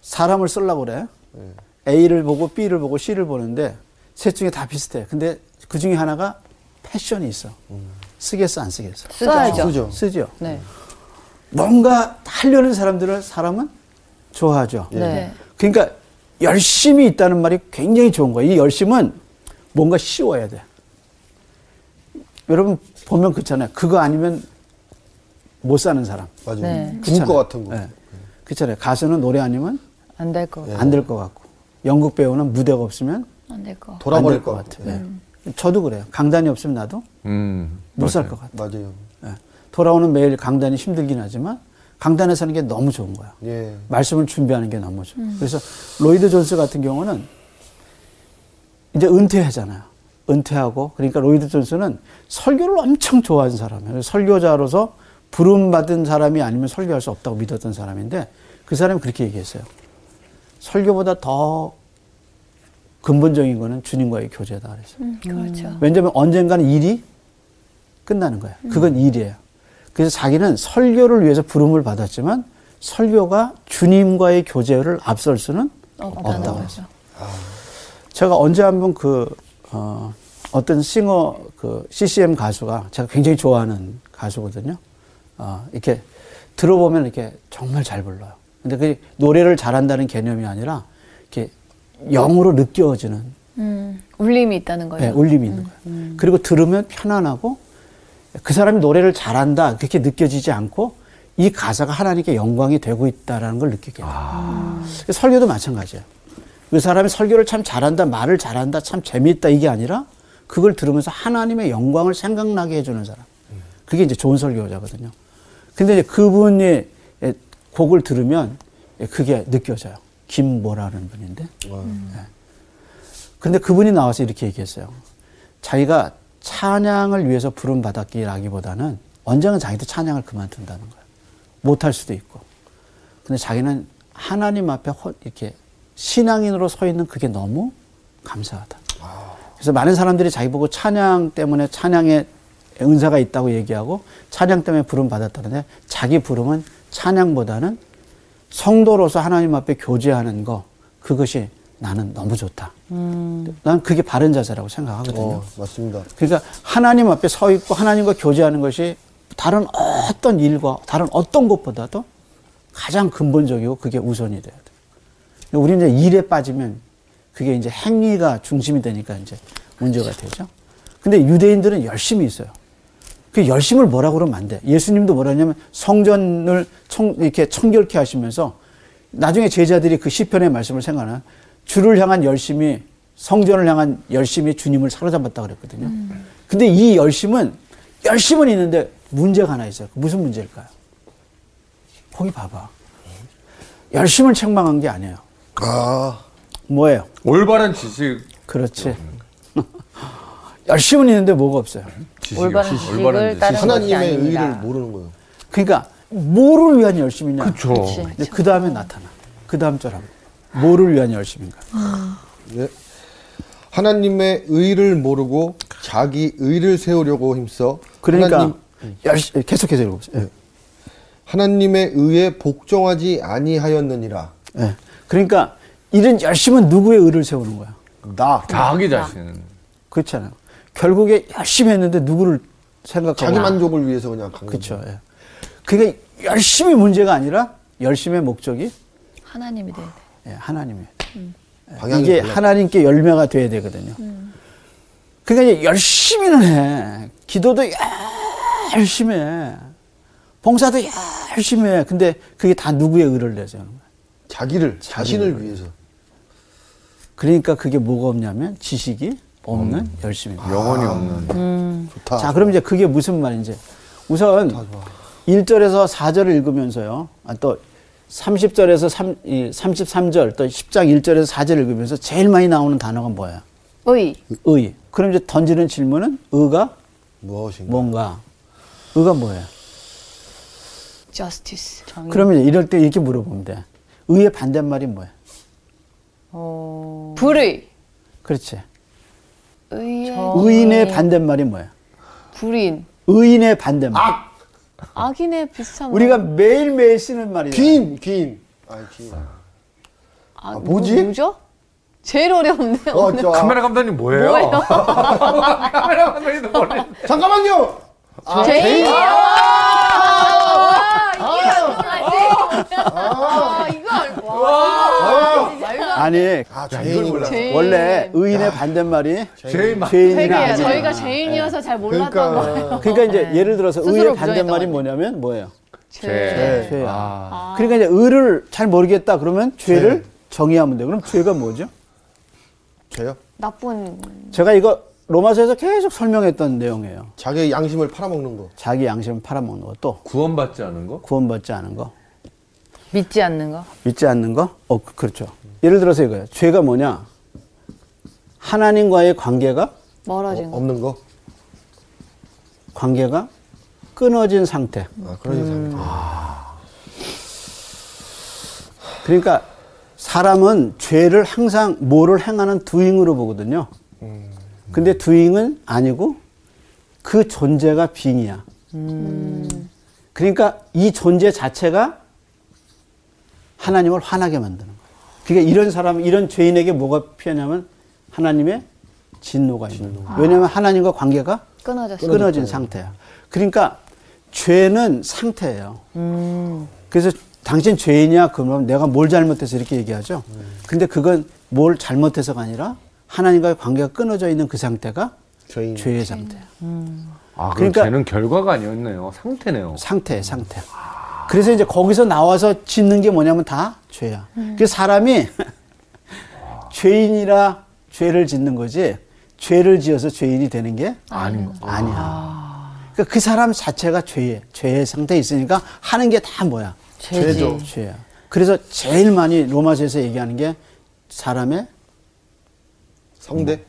S3: 사람을 쓰려고 그래.
S2: 네.
S3: A를 보고 B를 보고 C를 보는데 셋 중에 다 비슷해. 근데 그 중에 하나가 패션이 있어. 쓰겠어 안 쓰겠어?
S5: 그렇죠.
S1: 써야죠.
S4: 그죠?
S3: 쓰죠.
S5: 네.
S3: 뭔가 하려는 사람들을 사람은 좋아하죠.
S1: 네.
S3: 그러니까 열심히 있다는 말이 굉장히 좋은 거예요. 이 열심은 뭔가 씌워야 돼. 여러분 보면 그렇잖아요. 그거 아니면 못 사는 사람.
S4: 맞아요.
S5: 네.
S4: 죽을 것 같은 거.
S3: 예. 그렇잖아요. 가수는 노래 아니면
S5: 안 될 것 같아요.
S3: 안 될 것 같고 연극 배우는 무대가 없으면
S1: 안될 거.
S4: 돌아버릴
S3: 안될것
S4: 것
S3: 네.
S4: 같아. 요
S3: 저도 그래요. 강단이 없으면 나도
S2: 음.
S3: 못 살 것 같아요.
S4: 맞아요.
S3: 예. 돌아오는 매일 강단이 힘들긴 하지만 강단에 사는 게 너무 좋은 거야.
S4: 예.
S3: 말씀을 준비하는 게 너무 좋아. 그래서 로이드 존스 같은 경우는 이제 은퇴하잖아요. 은퇴하고 그러니까 로이드 존스는 설교를 엄청 좋아하는 사람이에요. 그래서 설교자로서 부름 받은 사람이 아니면 설교할 수 없다고 믿었던 사람인데 그 사람이 그렇게 얘기했어요. 설교보다 더 근본적인 거는 주님과의 교제다 그랬어요.
S1: 음, 그렇죠.
S3: 왜냐면 언젠가는 일이 끝나는 거야.
S1: 음.
S3: 그건 일이에요. 그래서 자기는 설교를 위해서 부름을 받았지만 설교가 주님과의 교제를 앞설 수는
S1: 없다는
S3: 없다고
S1: 거죠.
S3: 제가 언제 한번 그, 어, 어떤 싱어, 그, CCM 가수가 제가 굉장히 좋아하는 가수거든요. 어, 이렇게 들어보면 이렇게 정말 잘 불러요. 근데 그 노래를 잘한다는 개념이 아니라 이렇게 영으로 느껴지는
S1: 음, 울림이 있다는 거예요. 음,
S3: 네, 울림이 있는 거예요. 그리고 들으면 편안하고 그 사람이 노래를 잘한다 그렇게 느껴지지 않고 이 가사가 하나님께 영광이 되고 있다라는 걸 느끼게 돼요. 설교도 마찬가지예요. 그 사람이 설교를 참 잘한다, 말을 잘한다, 참 재미있다 이게 아니라 그걸 들으면서 하나님의 영광을 생각나게 해주는 사람. 그게 이제 좋은 설교자거든요. 근데 이제 그분의 예, 곡을 들으면 예, 그게 느껴져요. 김모라는 분인데. 예. 근데 그분이 나와서 이렇게 얘기했어요. 자기가 찬양을 위해서 부름받았기라기보다는 언젠가 자기도 찬양을 그만둔다는 거예요. 못할 수도 있고. 근데 자기는 하나님 앞에 허- 이렇게 신앙인으로 서 있는 그게 너무 감사하다. 그래서 많은 사람들이 자기 보고 찬양 때문에 찬양에 은사가 있다고 얘기하고 찬양 때문에 부름 받았다는데 자기 부름은 찬양보다는 성도로서 하나님 앞에 교제하는 거 그것이 나는 너무 좋다. 난 그게 바른 자세라고 생각하거든요.
S4: 어, 맞습니다.
S3: 그러니까 하나님 앞에 서 있고 하나님과 교제하는 것이 다른 어떤 일과 다른 어떤 것보다도 가장 근본적이고 그게 우선이 돼야 돼요. 근데 우리는 이제 일에 빠지면 그게 이제 행위가 중심이 되니까 이제 문제가 되죠. 근데 유대인들은 열심히 있어요. 그 열심을 뭐라고 그러면 안 돼. 예수님도 뭐라 하냐면 성전을 청, 이렇게 청결케 하시면서 나중에 제자들이 그 시편의 말씀을 생각하나 주를 향한 열심이 성전을 향한 열심이 주님을 사로잡았다 그랬거든요. 근데 이 열심은 열심은 있는데 문제가 하나 있어요. 무슨 문제일까요? 거기 봐봐. 열심을 책망한 게 아니에요.
S4: 아,
S3: 뭐예요?
S2: 올바른 지식
S3: 그렇지. 열심은 있는데 뭐가 없어요.
S2: 지식이요.
S5: 올바른
S2: 지식.
S5: 지식을 따르는 것이
S4: 하나님의
S5: 아닙니다.
S4: 의를 뭐. 모르는 거예요.
S3: 그러니까 뭐를 위한 열심이냐?
S2: 그쵸. 그치.
S3: 근데 그 다음에 나타나. 그 다음 절 하면 뭐를 위한 열심인가?
S4: 예. 하나님의 의를 모르고 자기 의를 세우려고 힘써
S3: 그러니까
S4: 하나님,
S3: 열시, 계속해서 읽어보세요. 예.
S4: 하나님의 의에 복종하지 아니하였느니라.
S3: 예. 그러니까 이런 열심은 누구의 의를 세우는 거야?
S4: 나
S2: 자기 자신.
S3: 그렇잖아요. 결국에 열심히 했는데 누구를 생각하고
S4: 자기 만족을 위해서 그냥 간 거죠.
S3: 그렇죠. 예. 그게 열심히 문제가 아니라 열심의 목적이
S1: 하나님이 돼야 돼.
S3: 예, 하나님이에요.
S4: 방향이
S3: 이게
S4: 달라.
S3: 하나님께 열매가 돼야 되거든요. 그러니까 이제 열심히는 해. 기도도 열심히 해. 봉사도 열심히 해. 근데 그게 다 누구의 의를 내서 하는 거야.
S4: 자기를 자신을 위해서
S3: 그러니까 그게 뭐가 없냐면 지식이 없는 열심입니다.
S2: 영혼이 없는.
S4: 음. 아, 좋다.
S3: 자, 그럼 이제 그게 무슨 말인지. 우선 1절에서 4절을 읽으면서요. 아, 또 30절에서 3, 33절, 또 10장 1절에서 4절 읽으면서 제일 많이 나오는 단어가 뭐야?
S1: 의.
S3: 의. 그럼 이제 던지는 질문은 의가 뭐?
S4: 무엇인가?
S3: 뭔가? 의가 뭐예요?
S1: justice.
S3: 그러면 이제 이럴 때 이렇게 물어보면 돼. 의의 반대말이 뭐야?
S6: 불의.
S3: 그렇지.
S6: 의의
S3: 의인의
S6: 네.
S3: 반대말이 뭐야?
S6: 불인.
S3: 의인의 반대말.
S6: 아! 악인의 비슷한
S3: 우리가 매일매일 쓰는 말이야.
S4: 귀인 귀인. 아 귀인.
S6: 아,
S4: 뭐지?
S6: 뭐, 죠 제일 어려운데
S4: 어,
S6: 오늘.
S4: 저, 아,
S2: 카메라 감독님 뭐예요? 카메라 감독님도 모르
S4: 잠깐만요. 아,
S6: 제인.
S4: 제인.
S6: 아 이거 알- 와. 이거 말도 안-
S3: 아니,
S4: 아 제인.
S6: 제인.
S3: 원래 의인의 반대말이
S2: 제일 많
S3: 죄인이나
S6: 되게
S3: 아니야.
S6: 저희가 제인이어서 잘 몰랐던 거예요.
S4: 그러니까
S3: 그러니까 이제 예를 들어서 의의
S6: 스스로
S3: 반대말이
S6: 부정했던
S3: 뭐냐면 뭐예요?
S2: 제.
S3: 죄야.
S2: 아,
S6: 아.
S3: 그러니까 이제 의를 잘 모르겠다 그러면
S6: 네.
S3: 죄를 정의하면 돼. 그럼 죄가 뭐죠?
S4: 저요.
S6: 나쁜
S3: 제가 이거 로마서에서 계속 설명했던 내용이에요.
S4: 자기의 양심을 팔아먹는 거. 어,
S3: 자기 양심을 팔아먹는 거, 또
S2: 구원받지 않은 거?
S3: 구원받지 않은 거,
S5: 믿지 않는 거.
S3: 믿지 않는 거? 어, 그- 그렇죠. 예를 들어서 이거예요. 죄가 뭐냐? 하나님과의 관계가
S6: 멀어진 거.
S4: 없는 거.
S3: 관계가 끊어진 상태.
S4: 아 그런 인상이죠.
S3: 그러니까 사람은 죄를 항상 뭐를 행하는 두잉으로 보거든요. 근데 두잉은 아니고 그 존재가 빙이야. 그러니까 이 존재 자체가 하나님을 화나게 만드는 거예요. 그러니까 이런 사람, 이런 죄인에게 뭐가 피하냐면 하나님의 진노가 있는 거예요. 왜냐하면 하나님과 관계가
S6: 끊어졌어.
S3: 끊어진 상태야. 그러니까 죄는 상태예요. 그래서 당신 죄인이야 그러면 내가 뭘 잘못해서 이렇게 얘기하죠. 근데 그건 뭘 잘못해서가 아니라 하나님과의 관계가 끊어져 있는 그 상태가
S4: 죄인.
S3: 죄의 상태야.
S2: 아, 그럼
S3: 그러니까-
S2: 쟤는 결과가 아니었네요. 상태네요.
S3: 상태, 상태. 그래서 이제 거기서 나와서 짓는 게 뭐냐면 다 죄야.
S6: 음.
S3: 그래서 사람이 죄인이라 죄를 짓는 거지 죄를 지어서 죄인이 되는 게
S2: 아닌
S3: 네.
S2: 거.
S3: 아니야. 그러니까 그 사람 자체가 죄에 죄의 상태에 있으니까 하는 게 다 뭐야?
S5: 죄지.
S3: 죄야. 그래서 제일 많이 로마서에서 얘기하는 게 사람의
S4: 성대.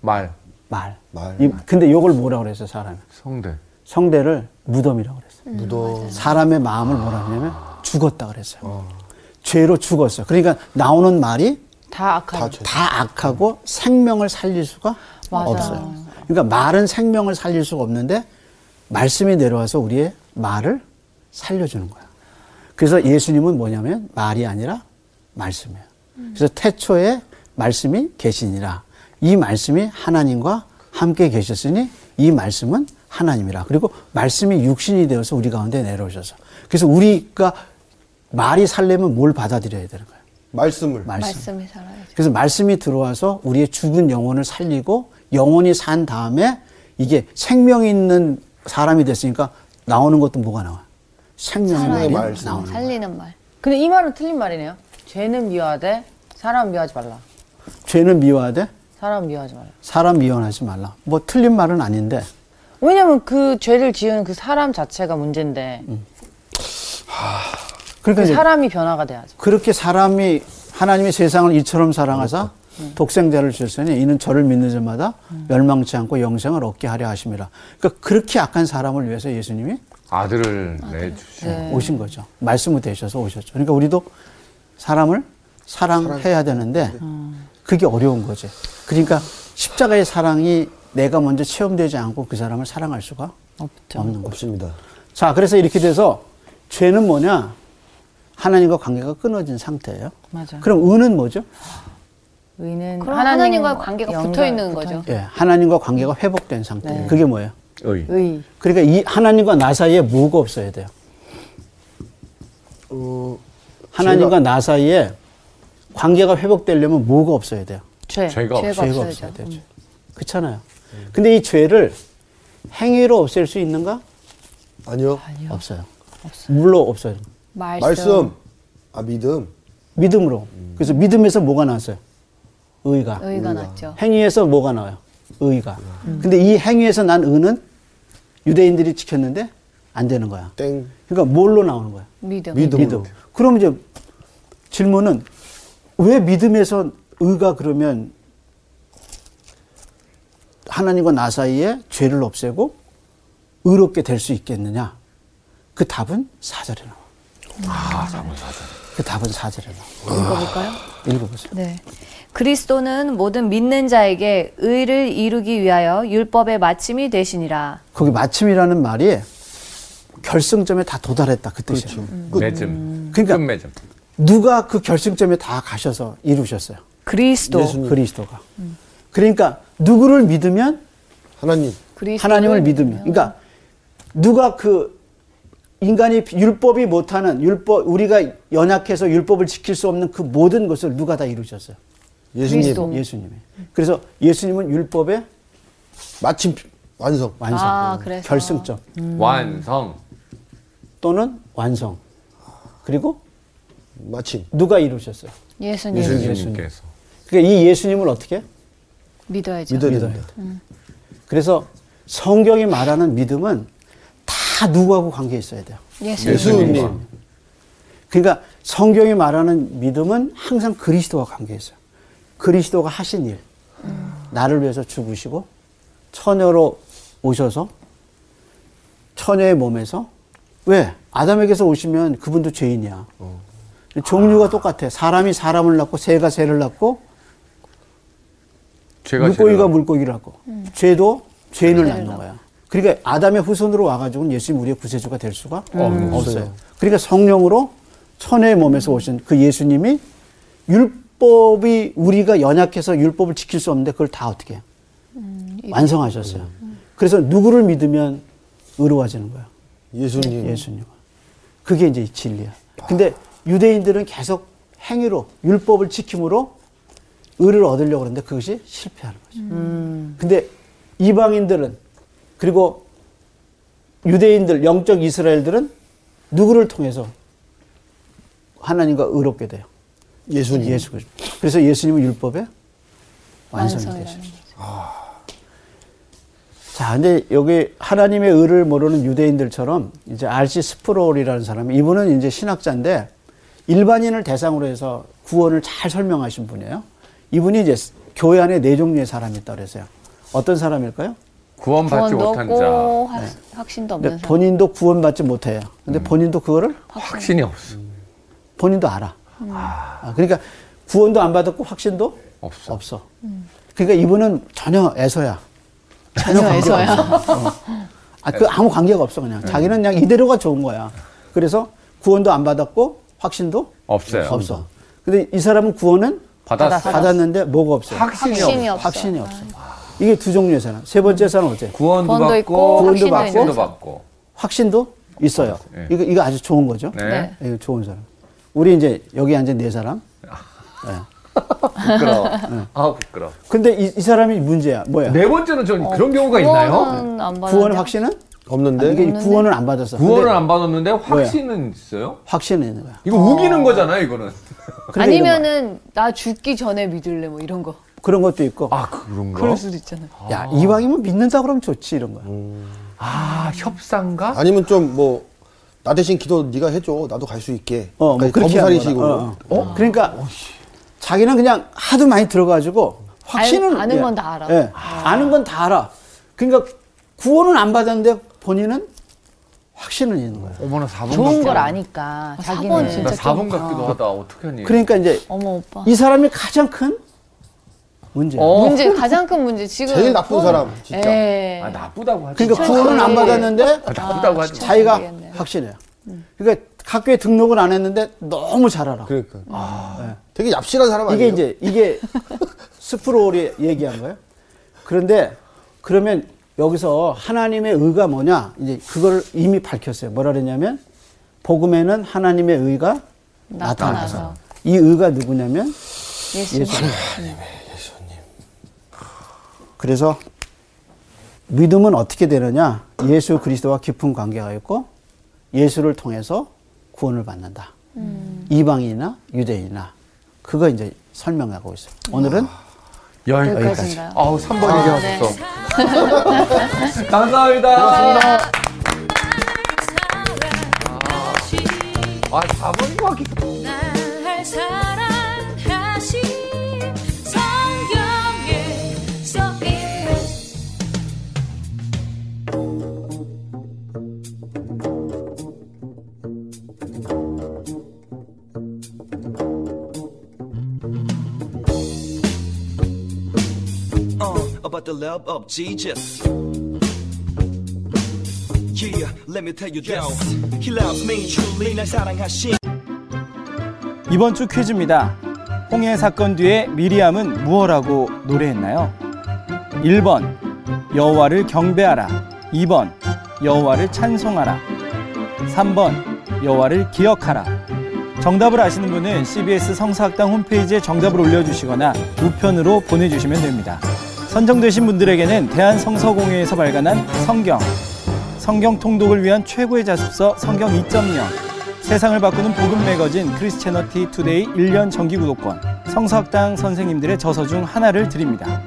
S2: 말,
S3: 말.
S4: 말.
S3: 이- 근데 요걸 뭐라 그랬어 사람?
S2: 성대.
S3: 성대를 무덤이라고 그랬어.
S5: 음,
S4: 무덤.
S3: 사람의 마음을 뭐라 그러냐면 죽었다 그랬어요. 죄로 죽었어. 그러니까 나오는 말이
S5: 다 악한.
S4: 다 죄.
S3: 다 악하고 생명을 살릴 수가 없어요. 그러니까 말은 생명을 살릴 수가 없는데 말씀이 내려와서 우리의 말을 살려주는 거야. 그래서 예수님은 뭐냐면 말이 아니라 말씀이에요. 그래서 태초에 말씀이 계시니라. 이 말씀이 하나님과 함께 계셨으니 이 말씀은 하나님이라. 그리고 말씀이 육신이 되어서 우리 가운데 내려오셔서. 그래서 우리가 말이 살려면 뭘 받아들여야 되는 거예요?
S4: 말씀을.
S3: 말씀.
S6: 말씀이 살아야죠.
S3: 그래서 말씀이 들어와서 우리의 죽은 영혼을 살리고 영혼이 산 다음에 이게 생명이 있는 사람이 됐으니까 나오는 것도 뭐가 나와? 생명의
S4: 살아있는
S3: 말이
S4: 말씀.
S3: 나오는 거야.
S6: 어, 살리는 말.
S5: 근데 이 말은 틀린 말이네요. 죄는 미워하되 사람 미워하지 말라.
S3: 죄는 미워하되
S5: 사람 미워하지 말라.
S3: 사람 미워하지 말라. 뭐 틀린 말은 아닌데
S5: 왜냐면 그 죄를 지은 그 사람 자체가 문제인데
S3: 그러니까
S5: 그
S3: 이제
S5: 사람이 변화가 돼야죠.
S3: 그렇게 사람이 하나님이 세상을 이처럼 사랑하사 독생자를 주셨으니 이는 저를 믿는 자마다 멸망치 않고 영생을 얻게 하려 하심이라. 그러니까 그렇게 악한 사람을 위해서 예수님이
S2: 아들을 내주신.
S3: 오신 거죠. 말씀을 되셔서 오셨죠. 그러니까 우리도 사람을 사랑해야 되는데 그게 어려운 거지. 그러니까 십자가의 사랑이 내가 먼저 체험되지 않고 그 사람을 사랑할 수가
S5: 없죠.
S3: 없는 거죠.
S4: 없습니다.
S3: 자, 그래서 이렇게 돼서 죄는 뭐냐? 하나님과 관계가 끊어진 상태예요.
S5: 맞아.
S3: 그럼 의는 뭐죠?
S5: 의는
S6: 그럼
S5: 하나님
S6: 음, 하나님과 관계가
S5: 연결-
S6: 붙어 있는 거죠.
S3: 예, 하나님과 관계가 회복된 상태예요. 그게 뭐예요?
S2: 의.
S5: 의.
S3: 그러니까 이 하나님과 나 사이에 뭐가 없어야 돼요?
S4: 어,
S3: 하나님과 나 사이에 관계가 회복되려면 뭐가 없어야 돼요?
S5: 죄.
S2: 죄가 없어.
S6: 죄가
S3: 죄가
S6: 없어야죠.
S3: 없어야 되죠. 그렇잖아요. 근데 이 죄를 행위로 없앨 수 있는가?
S4: 아니요.
S3: 없어요. 물론 없어요.
S6: 말씀.
S4: 말씀. 아, 믿음.
S3: 믿음으로. 그래서 믿음에서 뭐가 나왔어요? 의가.
S6: 의가 났죠.
S3: 행위에서 뭐가 나와요? 의가. 근데 이 행위에서 난 의는 유대인들이 지켰는데 안 되는 거야.
S4: 땡.
S3: 그러니까 뭘로 나오는 거야?
S6: 믿음.
S4: 믿음.
S3: 믿음. 그럼 이제 질문은 왜 믿음에서 의가 그러면 하나님과 나 사이에 죄를 없애고 의롭게 될 수 있겠느냐? 그 답은 사절에 나와. 아, 답은 사절. 그 답은 사절에 나와.
S1: 읽어볼까요?
S3: 읽어보세요.
S1: 네. 그리스도는 모든 믿는 자에게 의를 이루기 위하여 율법의 마침이 되시니라.
S3: 거기 마침이라는 말이 결승점에 다 도달했다 그 뜻이에요.
S1: 그렇죠.
S3: 그
S2: 매점.
S3: 그러니까-
S2: 끝 매점.
S3: 누가 그 결승점에 다 가셔서 이루셨어요.
S1: 그리스도.
S3: 그리스도가.
S6: 음.
S3: 그러니까 누구를 믿으면
S4: 하나님.
S6: 그리스도를
S3: 하나님을 믿으면. 그러니까 누가 그 인간이 율법이 못하는 율법 우리가 연약해서 율법을 지킬 수 없는 그 모든 것을 누가 다 이루셨어요.
S4: 예수님.
S6: 그리스도.
S3: 예수님이. 그래서 예수님은 율법의
S4: 마침 완성.
S3: 완성,
S6: 아, 그래서.
S3: 결승점
S2: 완성.
S3: 또는 완성. 그리고
S4: 마침.
S3: 누가 이루셨어요?
S6: 예수님.
S2: 예수님께서.
S3: 그러니까 이 예수님을 어떻게 해?
S6: 믿어야죠.
S4: 믿어야
S3: 믿어야
S4: 된다.
S3: 돼. 그래서 성경이 말하는 믿음은 다 누구하고 관계 있어야 돼요.
S6: 예수님.
S4: 예수님.
S3: 그러니까 성경이 말하는 믿음은 항상 그리스도와 관계 있어요. 그리스도가 하신 일, 나를 위해서 죽으시고 처녀로 오셔서 처녀의 몸에서 왜 아담에게서 오시면 그분도 죄인이야. 종류가 똑같아. 사람이 사람을 낳고 새가 새를 낳고
S2: 제가
S3: 물고기가
S2: 제가-
S3: 물고기를 하고 죄도 음. 죄인을 낳는 거야. 그러니까 아담의 후손으로 와가지고는 예수님 우리의 구세주가 될 수가 없어요. 그러니까 성령으로 천의 몸에서 오신 그 예수님이 율법이 우리가 연약해서 율법을 지킬 수 없는데 그걸 다 어떻게 해요? 음, 완성하셨어요. 그래서 누구를 믿으면 의로워지는 거야.
S4: 예수님.
S3: 예수님. 그게 이제 진리야. 근데 유대인들은 계속 행위로 율법을 지킴으로 의를 얻으려고 그러는데 그것이 실패하는 거죠. 근데 이방인들은 그리고 유대인들 영적 이스라엘들은 누구를 통해서 하나님과 의롭게 돼요.
S4: 예수님.
S3: 예수 그리스도. 그래서 예수님은 율법의 완성이
S6: 완성이라는
S3: 되죠.
S6: 거죠.
S3: 자, 근데 여기 하나님의 의를 모르는 유대인들처럼 이제 RC 스프롤이라는 사람이 이분은 이제 신학자인데 일반인을 대상으로 해서 구원을 잘 설명하신 분이에요. 이분이 이제 교회 안에 네 종류의 사람이 있다고 그랬어요. 어떤 사람일까요?
S2: 구원받지
S6: 구원도
S2: 못한
S1: 아.
S2: 자.
S6: 없고 확- 확신도
S3: 근데
S6: 없는 사람.
S3: 본인도 구원받지 못해요. 근데 본인도 그거를
S2: 확신이 없어.
S3: 본인도 알아. 아, 그러니까 구원도 안 받았고 확신도
S2: 없어.
S3: 그러니까 이분은 전혀 애서야. 전혀 애서야. 아, 그 아무 관계가 없어
S2: 네.
S3: 그냥. 자기는 그냥 이대로가 좋은 거야. 그래서 구원도 안 받았고 확신도
S2: 없어요.
S3: 없어. 근데 이 사람은 구원은
S2: 받았어.
S3: 받았는데 뭐가 없어요?
S2: 확신이,
S6: 확신이
S2: 없어.
S6: 없어.
S3: 확신이 없어. 이게 두 종류의 사람. 세 번째 사람은 어때?
S2: 구원도
S6: 구원도
S2: 받고,
S6: 있고
S3: 구원도
S6: 확신도
S3: 받고,
S6: 있는
S2: 구원도
S6: 사람.
S2: 받고.
S3: 확신도 있어요.
S2: 예.
S3: 이거 이거 아주 좋은 거죠.
S2: 네.
S6: 네.
S3: 이거 좋은 사람. 우리 이제 여기 앉은 네 사람.
S2: 부끄러워.
S6: 네.
S2: 아, 부끄러워.
S3: 근데 이, 이 사람이 문제야. 뭐야?
S2: 네 번째는 좀 그런 경우가 뭐 있나요?
S6: 어, 구원은 안 받았는데
S3: 구원 확신은?
S4: 없는데.
S3: 아니, 이게 구원을 안 받았어.
S2: 구원을
S3: 근데
S2: 안 받았는데 확신은 있어요?
S3: 확신은 있는 거야.
S2: 이거
S6: 어.
S2: 우기는 거잖아요, 이거는.
S3: 근데 이런 거야.
S6: 아니면은 나 죽기 전에 믿을래 뭐 이런 거.
S3: 그런 것도 있고
S2: 아, 그런 거?
S6: 그럴 수도 있잖아요.
S3: 야 이왕이면 믿는다 그러면 좋지 이런 거야
S2: 아, 협상가?
S4: 아니면 좀 뭐, 나 대신 기도 네가 해줘. 나도 갈 수 있게.
S3: 어, 뭐 그렇게 하는 거야.
S4: 그러니까 검사리식으로.
S3: 어, 어. 어? 그러니까 자기는 그냥 하도 많이 들어가지고 확신은
S6: 알- 아는
S3: 예.
S6: 건다 알아.
S3: 예. 아는 건 다 알아 그러니까 구원은 안 받았는데 본인은 확신은 있는 거야
S2: 어머나, 4분
S5: 좋은 걸 아니까
S6: 사번
S5: 자기는
S6: 진짜
S2: 나 4분 같기도 하다. 어떡하니?
S3: 그러니까 이제
S6: 어머 오빠.
S3: 이 사람이 가장 큰 문제 야
S2: 어.
S6: 문제 가장 큰 문제 지금
S4: 제일 나쁜
S6: 구원-
S4: 사람, 진짜.
S6: 예.
S2: 아, 나쁘다고 하지.
S3: 그러니까
S2: 마.
S3: 구원은 안
S6: 예.
S3: 받았는데
S2: 아, 나쁘다고 하지. 마.
S3: 자기가
S6: 모르겠네.
S3: 확신해요 그러니까 학교에 등록을 안 했는데 너무 잘 알아 네.
S4: 그러니까. 되게 얍실한 사람 아니에요?
S3: 이게 이제 이게 스프롤이 얘기한 거예요. 그런데 그러면 여기서 하나님의 의가 뭐냐? 이제 그걸 이미 밝혔어요. 뭐라 그랬냐면 복음에는 하나님의 의가 나타나서.
S6: 나타나서.
S3: 이 의가 누구냐면
S6: 예수.
S3: 예수님. 그래서 믿음은 어떻게 되느냐? 예수 그리스도와 깊은 관계가 있고 예수를 통해서 구원을 받는다. 이방인이나 유대인이나 그거 이제 설명하고 있어요. 오늘은
S2: 여기까지.
S1: 여기까지인가요?
S2: 아우, 3번 얘기하셨어. 감사합니다. 아, 4번인 것 같기도
S1: 네.
S7: 날 사랑하신 성경에 써있네
S8: uh, about the love of Jesus. Yeah, let me tell you this. He loves me truly. 날 사랑하신
S9: 이번 주 퀴즈입니다. 홍해 사건 뒤에 미리암은 무엇라고 노래했나요? 1번 여호와를 경배하라. 2번 여호와를 찬송하라. 3번 여호와를 기억하라. 정답을 아시는 분은 CBS 성사학당 홈페이지에 정답을 올려주시거나 우편으로 보내주시면 됩니다. 선정되신 분들에게는 대한성서공회에서 발간한 성경, 성경 통독을 위한 최고의 자습서 성경 2.0 세상을 바꾸는 복음 매거진 크리스채너티 투데이 1년 정기 구독권 성서학당 선생님들의 저서 중 하나를 드립니다.